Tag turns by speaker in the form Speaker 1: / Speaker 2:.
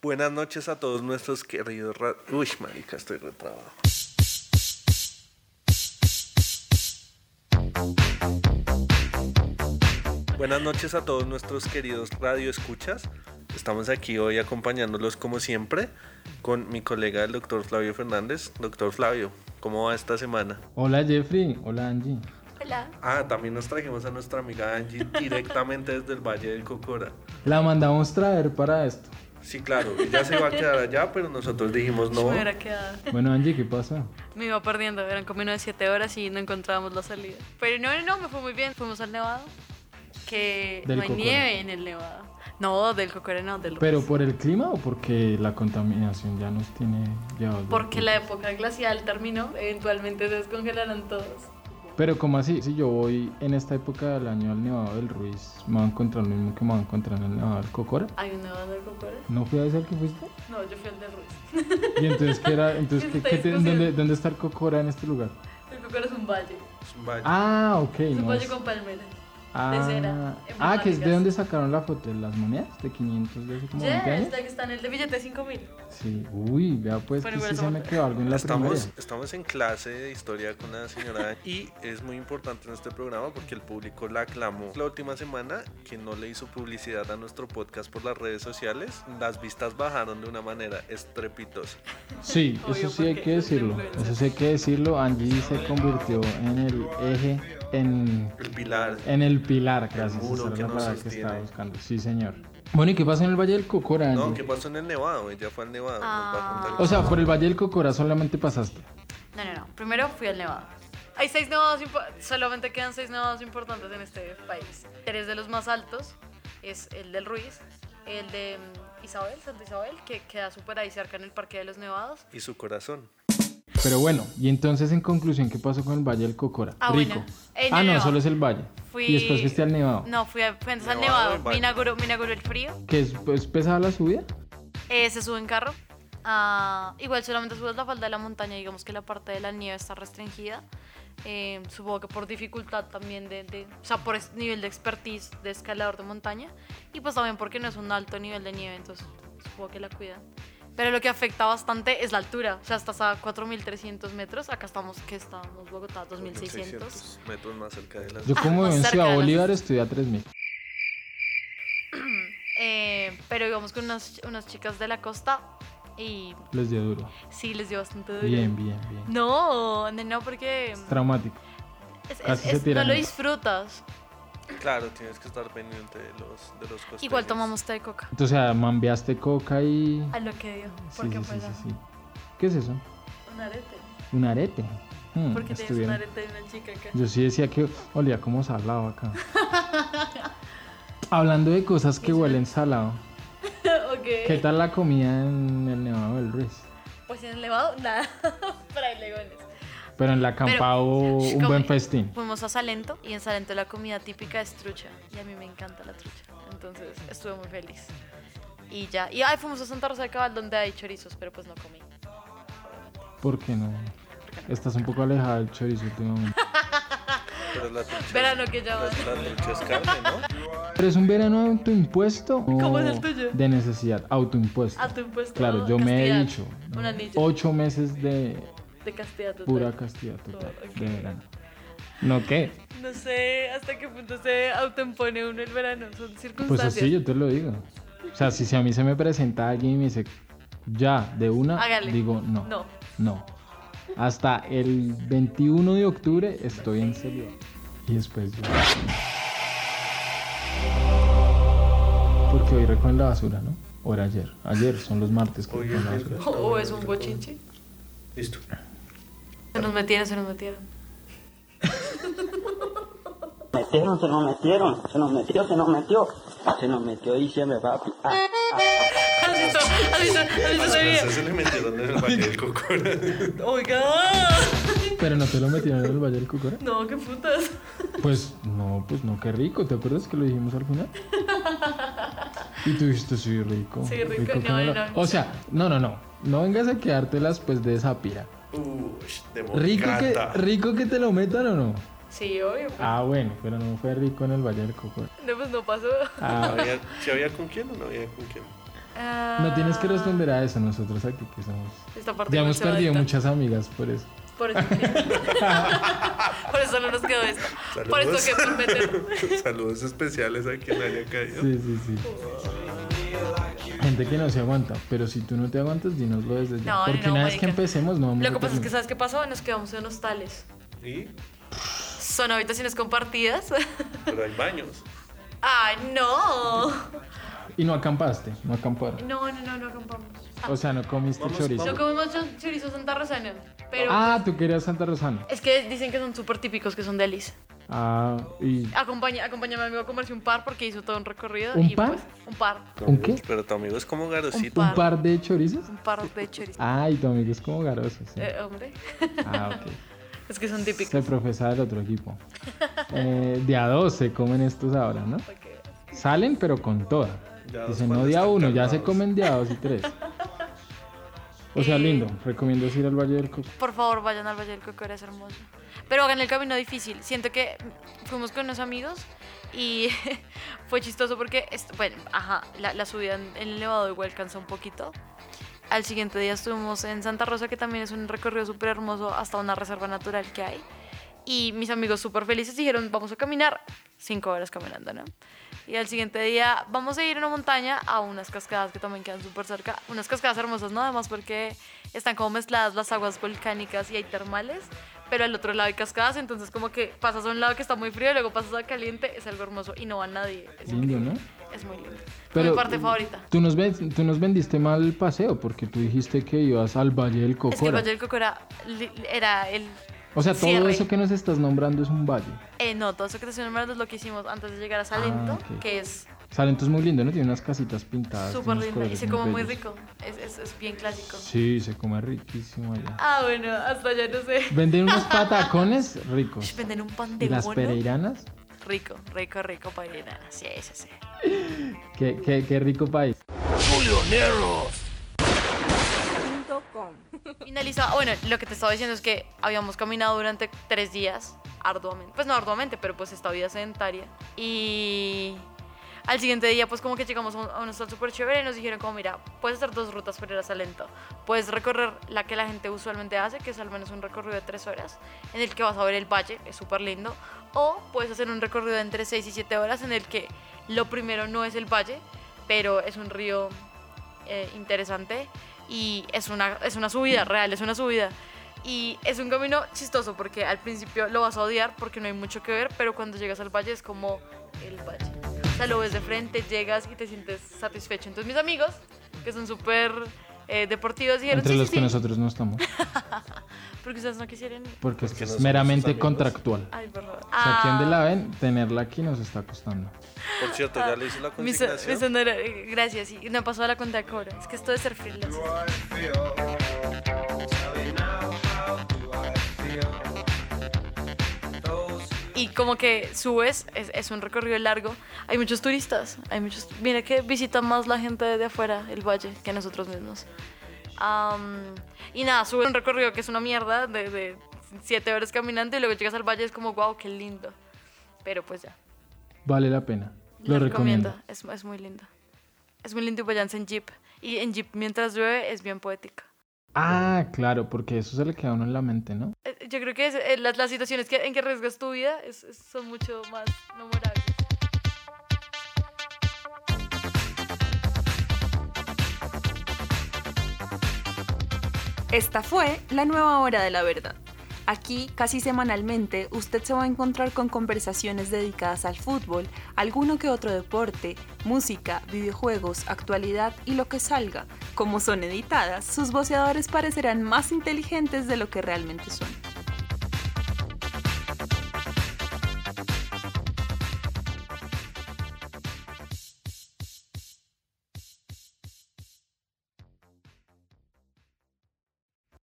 Speaker 1: Buenas noches a todos nuestros queridos... ra- Uy, marica, estoy retrabado. Buenas noches a todos nuestros queridos radio escuchas. Estamos aquí hoy acompañándolos como siempre con mi colega el doctor Flavio Fernández. Doctor Flavio, ¿cómo va esta semana?
Speaker 2: Hola Jeffrey, hola Angie.
Speaker 3: Hola.
Speaker 1: Ah, también nos trajimos a nuestra amiga Angie directamente desde el Valle del Cocora.
Speaker 2: La mandamos traer para esto.
Speaker 1: Sí, claro, ella se iba a quedar allá, pero nosotros dijimos
Speaker 3: Yo
Speaker 2: Oh.
Speaker 1: no.
Speaker 3: Me hubiera quedado.
Speaker 2: Bueno Angie, ¿qué pasa?
Speaker 3: Me iba perdiendo, eran camino de 7 horas y no encontrábamos la salida. Pero no, no, no, me fue muy bien. Fuimos al nevado, que
Speaker 2: Del
Speaker 3: no hay
Speaker 2: Cocora.
Speaker 3: nieve en el nevado. No, del Cocora no, del
Speaker 2: ¿Pero
Speaker 3: Ruiz.
Speaker 2: por el clima o porque la contaminación ya nos tiene llevados? de
Speaker 3: Porque
Speaker 2: locos?
Speaker 3: la época glacial terminó, eventualmente se descongelaron todos.
Speaker 2: Pero como así, si yo voy en esta época del año al Nevado del Ruiz, ¿me va a encontrar lo mismo que me va a encontrar en el Nevado del Cocora?
Speaker 3: ¿Hay un nevado del Cocora?
Speaker 2: ¿No fui a ese al que fuiste?
Speaker 3: No, yo fui al del Ruiz.
Speaker 2: ¿Y entonces qué era? Entonces, ¿qué-
Speaker 3: Esta
Speaker 2: qué te-
Speaker 3: discusión.
Speaker 2: dónde, dónde está el Cocora en este lugar?
Speaker 3: El Cocora es un valle.
Speaker 1: Es un valle.
Speaker 2: Ah, ok.
Speaker 3: Es un
Speaker 2: no
Speaker 3: valle
Speaker 2: es-
Speaker 3: con palmeras.
Speaker 2: ah,
Speaker 3: cera, en
Speaker 2: ah, que es de
Speaker 3: Bucaramanga.
Speaker 2: donde sacaron la foto de las monedas de 500 de hace como 20
Speaker 3: Yeah,
Speaker 2: años.
Speaker 3: es la que está en el de billete 5000.
Speaker 2: Sí, uy, vea pues que
Speaker 3: Bueno, igual
Speaker 2: sí se
Speaker 3: somos
Speaker 2: me quedó algo en la
Speaker 1: Estamos,
Speaker 2: primaria.
Speaker 1: estamos en clase de historia con la señora y es muy importante en este programa porque el público la aclamó la última semana que no le hizo publicidad a nuestro podcast por las redes sociales. Las vistas bajaron de una manera estrepitosa.
Speaker 2: Sí,
Speaker 3: Obvio,
Speaker 2: eso sí hay
Speaker 3: porque
Speaker 2: que
Speaker 3: es
Speaker 2: decirlo.
Speaker 3: influencer.
Speaker 2: Eso sí hay que decirlo. Angie se convirtió en el eje, en,
Speaker 1: El pilar.
Speaker 2: en el pilar, gracias.
Speaker 1: muro
Speaker 2: esa era
Speaker 1: que
Speaker 2: la
Speaker 1: nos
Speaker 2: palabra que
Speaker 1: sostiene.
Speaker 2: estaba buscando. Sí, señor. Bueno, ¿y qué pasa en el Valle del Cocora,
Speaker 1: No,
Speaker 2: Angie?
Speaker 1: ¿qué pasó en el Nevado? Ella fue al Nevado. nos va a
Speaker 3: Ah.
Speaker 1: contar.
Speaker 2: O sea, por el Valle del Cocora solamente pasaste.
Speaker 3: No, no, no. Primero fui al Nevado. Hay seis nevados, impo- solamente quedan seis nevados importantes en este país. Tres de los más altos es el del Ruiz, el de mm, Isabel, Santa Isabel, que queda súper ahí cerca en el Parque de los Nevados.
Speaker 1: Y su corazón.
Speaker 2: Pero bueno, y entonces en conclusión, ¿qué pasó con el Valle del Cocora?
Speaker 3: Ah,
Speaker 2: Rico.
Speaker 3: bueno. Eh,
Speaker 2: ah,
Speaker 3: no,
Speaker 2: no,
Speaker 3: no.
Speaker 2: solo es el Valle.
Speaker 3: Fui...
Speaker 2: Y después fuiste al Nevado.
Speaker 3: No, fui, a- fui antes al
Speaker 1: Nevado,
Speaker 3: Nevado.
Speaker 1: vale.
Speaker 3: Me inauguró, me inauguró el frío.
Speaker 2: ¿Que es, es pesada la subida?
Speaker 3: Eh, se sube en carro. Ah, igual solamente subes la falda de la montaña, digamos que la parte de la nieve está restringida. Eh, supongo que por dificultad también de, de- o sea, por es- nivel de expertise de escalador de montaña y pues también porque no es un alto nivel de nieve, entonces supongo que la cuidan. Pero lo que afecta bastante es la altura, o sea, estás a 4.300 metros, acá estamos, que estamos, Bogotá, 2.600.
Speaker 1: 1600 metros más cerca de las...
Speaker 2: Yo como
Speaker 3: Ah, más
Speaker 2: en
Speaker 3: cerca de
Speaker 2: Ciudad
Speaker 3: las-
Speaker 2: Bolívar estudié a 3000.
Speaker 3: Eh, pero íbamos con unas, unas chicas de la costa y
Speaker 2: Les dio duro.
Speaker 3: sí, les dio bastante duro.
Speaker 2: Bien, bien, bien.
Speaker 3: No, no, no, porque es-
Speaker 2: Traumático.
Speaker 3: es-
Speaker 2: casi se
Speaker 3: es- no
Speaker 2: tiran.
Speaker 3: lo disfrutas.
Speaker 1: Claro, tienes que estar pendiente de los, de los costeños.
Speaker 3: Igual tomamos té de coca.
Speaker 2: Entonces, ah, mambeaste coca y.
Speaker 3: A lo que dio.
Speaker 2: Sí,
Speaker 3: Porque
Speaker 2: sí,
Speaker 3: fue
Speaker 2: sí, sí,
Speaker 3: la-
Speaker 2: sí. ¿Qué es eso?
Speaker 3: un arete.
Speaker 2: Un arete. Hmm,
Speaker 3: Porque tienes un
Speaker 2: estuvieron.
Speaker 3: arete de una chica acá.
Speaker 2: Yo sí decía que olía como salado acá. Hablando de cosas que huelen salado, ¿qué
Speaker 3: ok.
Speaker 2: tal la comida en el Nevado del Ruiz?
Speaker 3: Pues en el elevado, nada. Para legones.
Speaker 2: Pero en la acampada hubo un
Speaker 3: Sh, come.
Speaker 2: buen festín.
Speaker 3: Fuimos a Salento y en Salento la comida típica es trucha. Y a mí me encanta la trucha. Entonces estuve muy feliz. Y ya. Y ay, fuimos a Santa Rosa de Cabal donde hay chorizos, pero pues no comí.
Speaker 2: ¿Por qué no? Estás un poco alejada del chorizo últimamente.
Speaker 1: Pero la trucha es-
Speaker 3: Verano que ya
Speaker 1: la,
Speaker 3: va.
Speaker 1: la trucha es carne, ¿no?
Speaker 2: ¿Pero es un verano autoimpuesto? o
Speaker 3: ¿Cómo es el tuyo?
Speaker 2: De necesidad, autoimpuesto.
Speaker 3: A tu impuesto.
Speaker 2: Claro, yo me he
Speaker 3: castidad.
Speaker 2: dicho
Speaker 3: Un anillo
Speaker 2: ocho meses de
Speaker 3: de castidad total.
Speaker 2: pura castidad total
Speaker 3: Ok.
Speaker 2: de verano. ¿No qué?
Speaker 3: No sé hasta qué punto se autoimpone uno el verano, son
Speaker 2: Pues
Speaker 3: circunstancias.
Speaker 2: así yo te lo digo. O sea, si, si a mí se me presenta alguien y me dice ya de una,
Speaker 3: Hágale.
Speaker 2: digo no, no,
Speaker 3: No.
Speaker 2: Hasta el 21 de octubre estoy en serio. Y después yo. Porque hoy recogen la basura, ¿no? O era ayer. Ayer son los martes que
Speaker 1: Hoy
Speaker 2: recogen la
Speaker 1: es
Speaker 2: basura.
Speaker 3: O, o es un bochinche.
Speaker 1: Listo.
Speaker 3: Se nos metieron, se nos metieron.
Speaker 4: metieron, se nos metieron, se nos metió, se nos metió, se nos metió diciembre, papi. Ah.
Speaker 3: ¿Has visto? ¿Has visto? ¿Has visto ese
Speaker 1: Entonces se le metieron en el Valle del Cocora.
Speaker 3: video? Oiga.
Speaker 2: Pero no te lo metieron en el Valle del Cocora.
Speaker 3: No, qué putas.
Speaker 2: Pues no, pues no, qué rico. ¿Te acuerdas que lo dijimos al final? Y tú dijiste, sí, rico.
Speaker 3: Sí, rico,
Speaker 2: que
Speaker 3: no,
Speaker 2: me lo-
Speaker 3: no.
Speaker 2: O sea, no, no, no. No vengas a quedártelas pues de esa pira.
Speaker 1: Uy, de
Speaker 2: Rico que,
Speaker 1: morgata.
Speaker 2: rico que te lo metan o no.
Speaker 3: Sí, obvio.
Speaker 2: Ah, bueno, pero no fue rico en el Valle del Cocora.
Speaker 3: No, pues no pasó.
Speaker 2: Ah,
Speaker 1: ¿Había, ¿Si había con quién o no había con quién?
Speaker 2: No tienes que responder a eso nosotros aquí que somos.
Speaker 3: Ah, Esta parte
Speaker 2: Ya
Speaker 3: no
Speaker 2: hemos
Speaker 3: se va a
Speaker 2: perdido
Speaker 3: editar.
Speaker 2: muchas amigas por eso.
Speaker 3: Por eso, por eso no nos quedó esto. Por eso que por meter.
Speaker 1: Saludos especiales a quien haya caído.
Speaker 2: Sí, sí, sí. Gente que no se aguanta, pero si tú no te aguantas, dinoslo desde ya.
Speaker 3: No,
Speaker 2: Porque
Speaker 3: no,
Speaker 2: una vez que
Speaker 3: marica.
Speaker 2: empecemos, no vamos
Speaker 3: Lo
Speaker 2: a
Speaker 3: que pasa es que,
Speaker 2: terminar.
Speaker 3: ¿sabes qué pasó? Nos quedamos en hostales.
Speaker 1: Y
Speaker 3: Son habitaciones compartidas.
Speaker 1: pero hay baños.
Speaker 3: ¡Ay, no!
Speaker 2: Y no acampaste, no acamparon.
Speaker 3: No, no, no, no rompamos. Ah,
Speaker 2: O sea, no comiste
Speaker 1: Vamos,
Speaker 2: chorizo.
Speaker 3: no comemos chor- chorizo Santa Rosana, pero
Speaker 2: Ah, tú querías Santa Rosana.
Speaker 3: es que dicen que son súper típicos, que son delis.
Speaker 2: Ah, y
Speaker 3: Acompaña, acompáñame a mi amigo a comerse un par porque hizo todo un recorrido.
Speaker 2: ¿Un
Speaker 3: y
Speaker 2: par?
Speaker 3: Pues, un par.
Speaker 2: ¿Un qué?
Speaker 1: Pero tu amigo es como garosito.
Speaker 2: un par de chorizos.
Speaker 3: Un par de chorizos.
Speaker 2: Ah, y tu amigo es como garoso. sí.
Speaker 3: Eh, hombre,
Speaker 2: Ah, ok.
Speaker 3: es que son típicos.
Speaker 2: Se profesa del otro equipo. Eh, de a dos se comen estos ahora, ¿no?
Speaker 3: porque-
Speaker 2: Salen, pero con toda.
Speaker 1: De a dos
Speaker 2: Dicen, no
Speaker 1: cuando
Speaker 2: de a
Speaker 1: están
Speaker 2: uno, ya se
Speaker 1: calmados.
Speaker 2: comen de a dos y tres. O sea,
Speaker 3: Eh.
Speaker 2: lindo. Recomiendo ir al Valle del Coco.
Speaker 3: Por favor, vayan al Valle del Cocora, es hermoso. Pero hagan el camino difícil. Siento que fuimos con unos amigos y fue chistoso porque, est- bueno, ajá, la, la subida en el elevado igual cansó un poquito. Al siguiente día estuvimos en Santa Rosa, que también es un recorrido súper hermoso, hasta una reserva natural que hay. Y mis amigos súper felices dijeron, vamos a caminar. Cinco horas caminando, ¿no? Y al siguiente día vamos a ir a una montaña a unas cascadas que también quedan súper cerca. Unas cascadas hermosas, ¿no? Además porque están como mezcladas las aguas volcánicas y hay termales. Pero al otro lado hay cascadas, entonces como que pasas a un lado que está muy frío y luego pasas a caliente. Es algo hermoso y no va nadie. Es
Speaker 2: Lindo,
Speaker 3: increíble.
Speaker 2: ¿no?
Speaker 3: Es muy lindo. Fue
Speaker 2: Pero-
Speaker 3: mi parte favorita.
Speaker 2: Tú nos, ven- tú nos vendiste mal el paseo porque tú dijiste que ibas al Valle del
Speaker 3: Es que el
Speaker 2: Cocora.
Speaker 3: Valle del Cocora li- era el...
Speaker 2: O sea, todo
Speaker 3: Cierre.
Speaker 2: eso que nos estás nombrando es un valle.
Speaker 3: Eh, no, todo eso que te estoy nombrando es lo que hicimos antes de llegar a Salento,
Speaker 2: Ah, ok.
Speaker 3: que es
Speaker 2: Salento es muy lindo, ¿no? Tiene unas casitas pintadas. de
Speaker 3: súper
Speaker 2: unos
Speaker 3: lindo y
Speaker 2: colores
Speaker 3: se come muy
Speaker 2: bellos.
Speaker 3: rico. Es, es- es bien clásico.
Speaker 2: Sí, se come riquísimo allá.
Speaker 3: Ah, bueno, hasta ya no sé.
Speaker 2: Venden unos patacones ricos.
Speaker 3: Venden un pan de
Speaker 2: Y las
Speaker 3: bono.
Speaker 2: pereiranas.
Speaker 3: Rico, rico, rico, padrina. Sí, sí, sí.
Speaker 2: Qué, qué, qué rico país.
Speaker 3: Finaliza, ah, bueno, lo que te estaba diciendo es que habíamos caminado durante tres días arduamente. Pues no arduamente, pero pues esta vida sedentaria. Y al siguiente día, pues como que llegamos a un- a un hostal súper chévere y nos dijeron como, mira, puedes hacer dos rutas para ir a Salento. Puedes recorrer la que la gente usualmente hace, que es al menos un recorrido de tres horas, en el que vas a ver el valle, es súper lindo. O puedes hacer un recorrido de entre seis y siete horas en el que lo primero no es el valle, pero es un río eh, interesante y es una, es una subida real, es una subida. Y es un camino chistoso porque al principio lo vas a odiar porque no hay mucho que ver, pero cuando llegas al valle es como el valle. O sea, lo ves de frente, llegas y te sientes satisfecho. Entonces mis amigos, que son súper eh, deportivos, dijeron,
Speaker 2: Entre
Speaker 3: sí,
Speaker 2: los
Speaker 3: sí,
Speaker 2: que
Speaker 3: sí,
Speaker 2: nosotros no estamos.
Speaker 3: porque ustedes no quisieron... ir.
Speaker 2: Porque esto
Speaker 1: no
Speaker 2: es
Speaker 1: somos sus
Speaker 2: meramente
Speaker 1: amigos.
Speaker 2: contractual.
Speaker 3: Ay, por favor.
Speaker 2: O sea, aquí donde la
Speaker 3: Ah,
Speaker 2: ven, tenerla aquí nos está costando.
Speaker 1: Por cierto, ya le hice la
Speaker 3: mis-
Speaker 1: consignación.
Speaker 3: mis honor- eh, gracias, y no pasó a la cuenta de cobro. Es que esto de ser freelance. Y como que subes, es, es un recorrido largo. Hay muchos turistas, hay muchos. Mira que visitan más la gente de afuera el valle que nosotros mismos. Am, y nada, subes un recorrido que es una mierda de, de siete horas caminando y luego llegas al valle es como, wow, qué lindo. Pero pues ya,
Speaker 2: Vale la pena. Lo recomiendo.
Speaker 3: Es, es muy lindo. Es muy lindo y vayanse en jeep. Y en jeep mientras llueve es bien poética.
Speaker 2: Ah, claro, porque eso se le queda a uno en la mente, ¿no?
Speaker 3: Eh, Yo creo que es, eh, las, las situaciones que, en que arriesgas tu vida es- es- son mucho más memorables.
Speaker 5: Esta fue la nueva hora de la verdad. Aquí, casi semanalmente, usted se va a encontrar con conversaciones dedicadas al fútbol, alguno que otro deporte, música, videojuegos, actualidad y lo que salga. Como son editadas, sus voceadores parecerán más inteligentes de lo que realmente son.